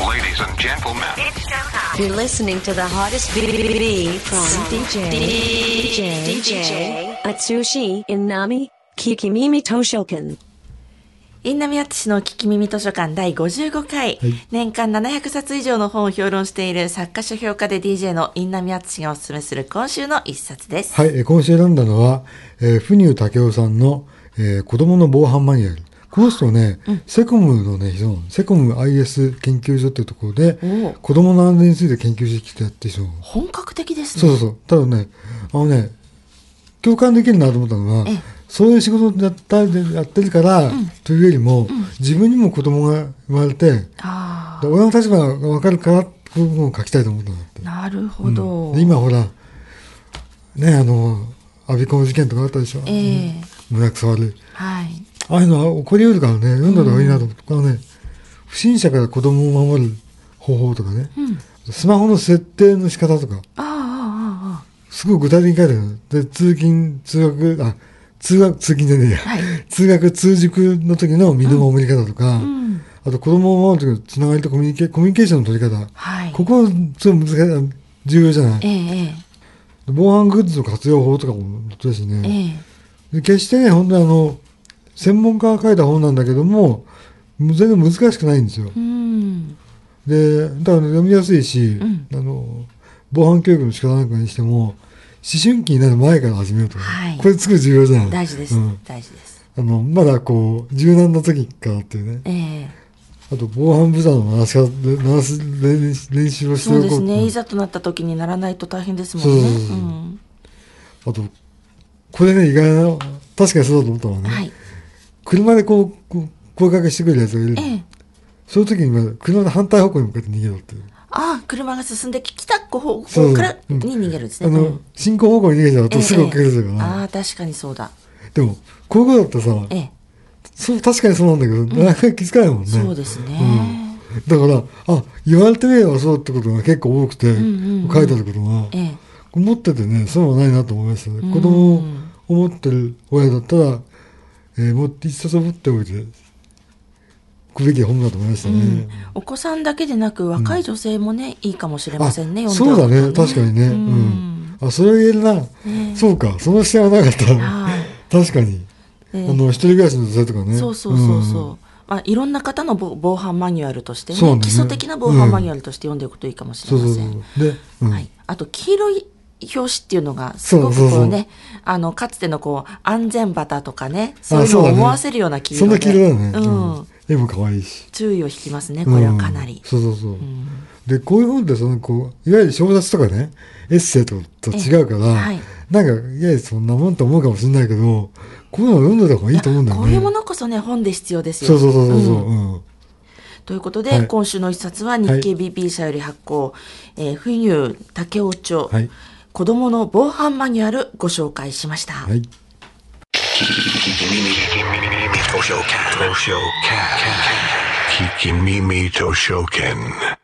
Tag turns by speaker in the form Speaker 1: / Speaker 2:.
Speaker 1: Ladies and gentlemen,
Speaker 2: You're listening to the hottest B- B- B- from DJ DJ DJ Atsushi Inami Kikimimi Toshokan.
Speaker 3: インナミアツシの聞き耳図書館第55回、年間700冊以上の本を評論している作家書評家で DJ のインナミアツシがおすすめする今週の一冊です。
Speaker 4: はい、えー今週選んだのは、えー、ふにゅうたけおさんの、えー子供の防犯マニュアル。この人ね、セコムのね、人なのセコム IS 研究所っていうところで
Speaker 3: おう、
Speaker 4: 子供の安全について研究してきたって人なの。
Speaker 3: 本格的ですね。
Speaker 4: そうそうそう。ただね、あのね、共感できるなと思ったのは
Speaker 3: ええ、
Speaker 4: そういう仕事だったでやってるから、というよりも、自分にも子供が生まれて、
Speaker 3: あ
Speaker 4: で親の立場がわかるから、こういうのを書きたいと思ったんだって
Speaker 3: あ、。なるほど。
Speaker 4: で今ほらねあのアビコン事件とかあったでしょ、
Speaker 3: ええ
Speaker 4: 胸くそ悪い
Speaker 3: はい。
Speaker 4: ああいうのは起こりうるからね読んだ方がいいなと思って、このね不審者から子供を守る方法とかね、スマホの設定の仕方とか
Speaker 3: ああ、ああ、あ
Speaker 4: すごい具体的に書いてあるので通勤通学あ通学通勤じゃねえや、
Speaker 3: はい
Speaker 4: 通学通塾の時の身の守り方とか、あと子供を守る時のつながりとコミュニケコミュニケーションの取り方、
Speaker 3: あ、はい。
Speaker 4: ここすごい難しいあの重要じゃない
Speaker 3: ええええ
Speaker 4: 防犯グッズの活用法とかも本当です
Speaker 3: え
Speaker 4: ね。
Speaker 3: え
Speaker 4: で決してね、本当にあの、専門家が書いた本なんだけども、全然難しくないんですよ。
Speaker 3: うん。
Speaker 4: で、だから、読みやすいし、
Speaker 3: ん
Speaker 4: あの、防犯教育の仕方なんかにしても、思春期になる前から始めようとか、
Speaker 3: はい
Speaker 4: これすごい重要じゃない
Speaker 3: 大事です。
Speaker 4: うん
Speaker 3: 大事です。
Speaker 4: あの、まだこう、柔軟な時からっていうね。
Speaker 3: ええ
Speaker 4: あと、防犯ブザーの鳴らし方、鳴らす練習練習をして
Speaker 3: そ
Speaker 4: お
Speaker 3: う
Speaker 4: こ
Speaker 3: で
Speaker 4: うと
Speaker 3: すね。
Speaker 4: う
Speaker 3: い
Speaker 4: ん
Speaker 3: ざとなった時にならないと大変ですもんね。
Speaker 4: そうそうそうそう
Speaker 3: うん。
Speaker 4: あと、これね、意外な、確かにそうだと思ったのはね。
Speaker 3: はい。
Speaker 4: 車でこう、こう声かけしてくるやつがいるの。
Speaker 3: ええ
Speaker 4: そういう時に、まあ車の反対方向に向かって逃げろっていう。
Speaker 3: ああ、車が進んでき来た方
Speaker 4: そうそ
Speaker 3: 向
Speaker 4: う
Speaker 3: から
Speaker 4: うん
Speaker 3: に逃げるんです
Speaker 4: あ
Speaker 3: ね。
Speaker 4: の、
Speaker 3: うん
Speaker 4: 進行方向に逃げちゃう
Speaker 3: え
Speaker 4: と
Speaker 3: え
Speaker 4: すぐ追っかけられちゃうから、
Speaker 3: ああ、確かにそうだ。
Speaker 4: でも、こういうことだったらさ、
Speaker 3: ええ、
Speaker 4: そう確かにそうなんだけど、なかなか気づかないもんね。
Speaker 3: そうですね。
Speaker 4: だから、あ、言われてみればそうってことが結構多くて、
Speaker 3: んうん
Speaker 4: 書いてあることが、
Speaker 3: ええ、
Speaker 4: 持っててね、そうはないなと思いましたね。子供を思ってる親だったら、えー、持って、一冊持っておいて、くべき本だと思いましたね。
Speaker 3: お子さんだけでなく若い女性もね、いいかもしれませんね。
Speaker 4: あ
Speaker 3: 読ん
Speaker 4: そうだ
Speaker 3: だ
Speaker 4: ね、確かにね。
Speaker 3: う
Speaker 4: うんん。あ、それは言えるな。そうか、その視点はなかった。
Speaker 3: はい
Speaker 4: 確かに。あ
Speaker 3: ええ
Speaker 4: の、一人暮らしの女性とかね。
Speaker 3: そうそうそうそう。
Speaker 4: ん。
Speaker 3: まあ、いろんな方の防防犯マニュアルとして、ね
Speaker 4: そうね
Speaker 3: 基礎的な防犯マニュアルとして読んでいくといいかもし
Speaker 4: そ
Speaker 3: れ
Speaker 4: う
Speaker 3: ま
Speaker 4: そう
Speaker 3: せ
Speaker 4: そ
Speaker 3: ん。
Speaker 4: う。で、うん
Speaker 3: はい、あと黄色い表紙っていうのがすごく
Speaker 4: そうそう
Speaker 3: こ
Speaker 4: そうう
Speaker 3: ねあのかつてのこう安全旗とかねそう
Speaker 4: あ
Speaker 3: いうのを
Speaker 4: そうだね
Speaker 3: 思わせるような黄色
Speaker 4: そんな黄色だよね。
Speaker 3: でうん
Speaker 4: うん絵も可愛いし。
Speaker 3: 注意を引きますねこれはかな
Speaker 4: うん
Speaker 3: り、
Speaker 4: そうそうそう。で、こういう本って、その、こう、いわゆる小説とかね、エッセイとかと違うから、
Speaker 3: はい
Speaker 4: なんか、いやいや、そんなもんと思うかもしれないけど、こういうのを読んでた方がいいと思うんだよね。
Speaker 3: こういうものこそね本で必要ですよ
Speaker 4: そうそうそうそうそう。
Speaker 3: ん
Speaker 4: うん
Speaker 3: ということで、
Speaker 4: はい
Speaker 3: 今週の一冊は日経 BP 社より発行「えー冬竹尾町、
Speaker 4: はい
Speaker 3: 子どもの防犯マニュアル」ご紹介しました。
Speaker 4: はい。
Speaker 1: Kikimimi Toshoken. Kikimimi Toshoken.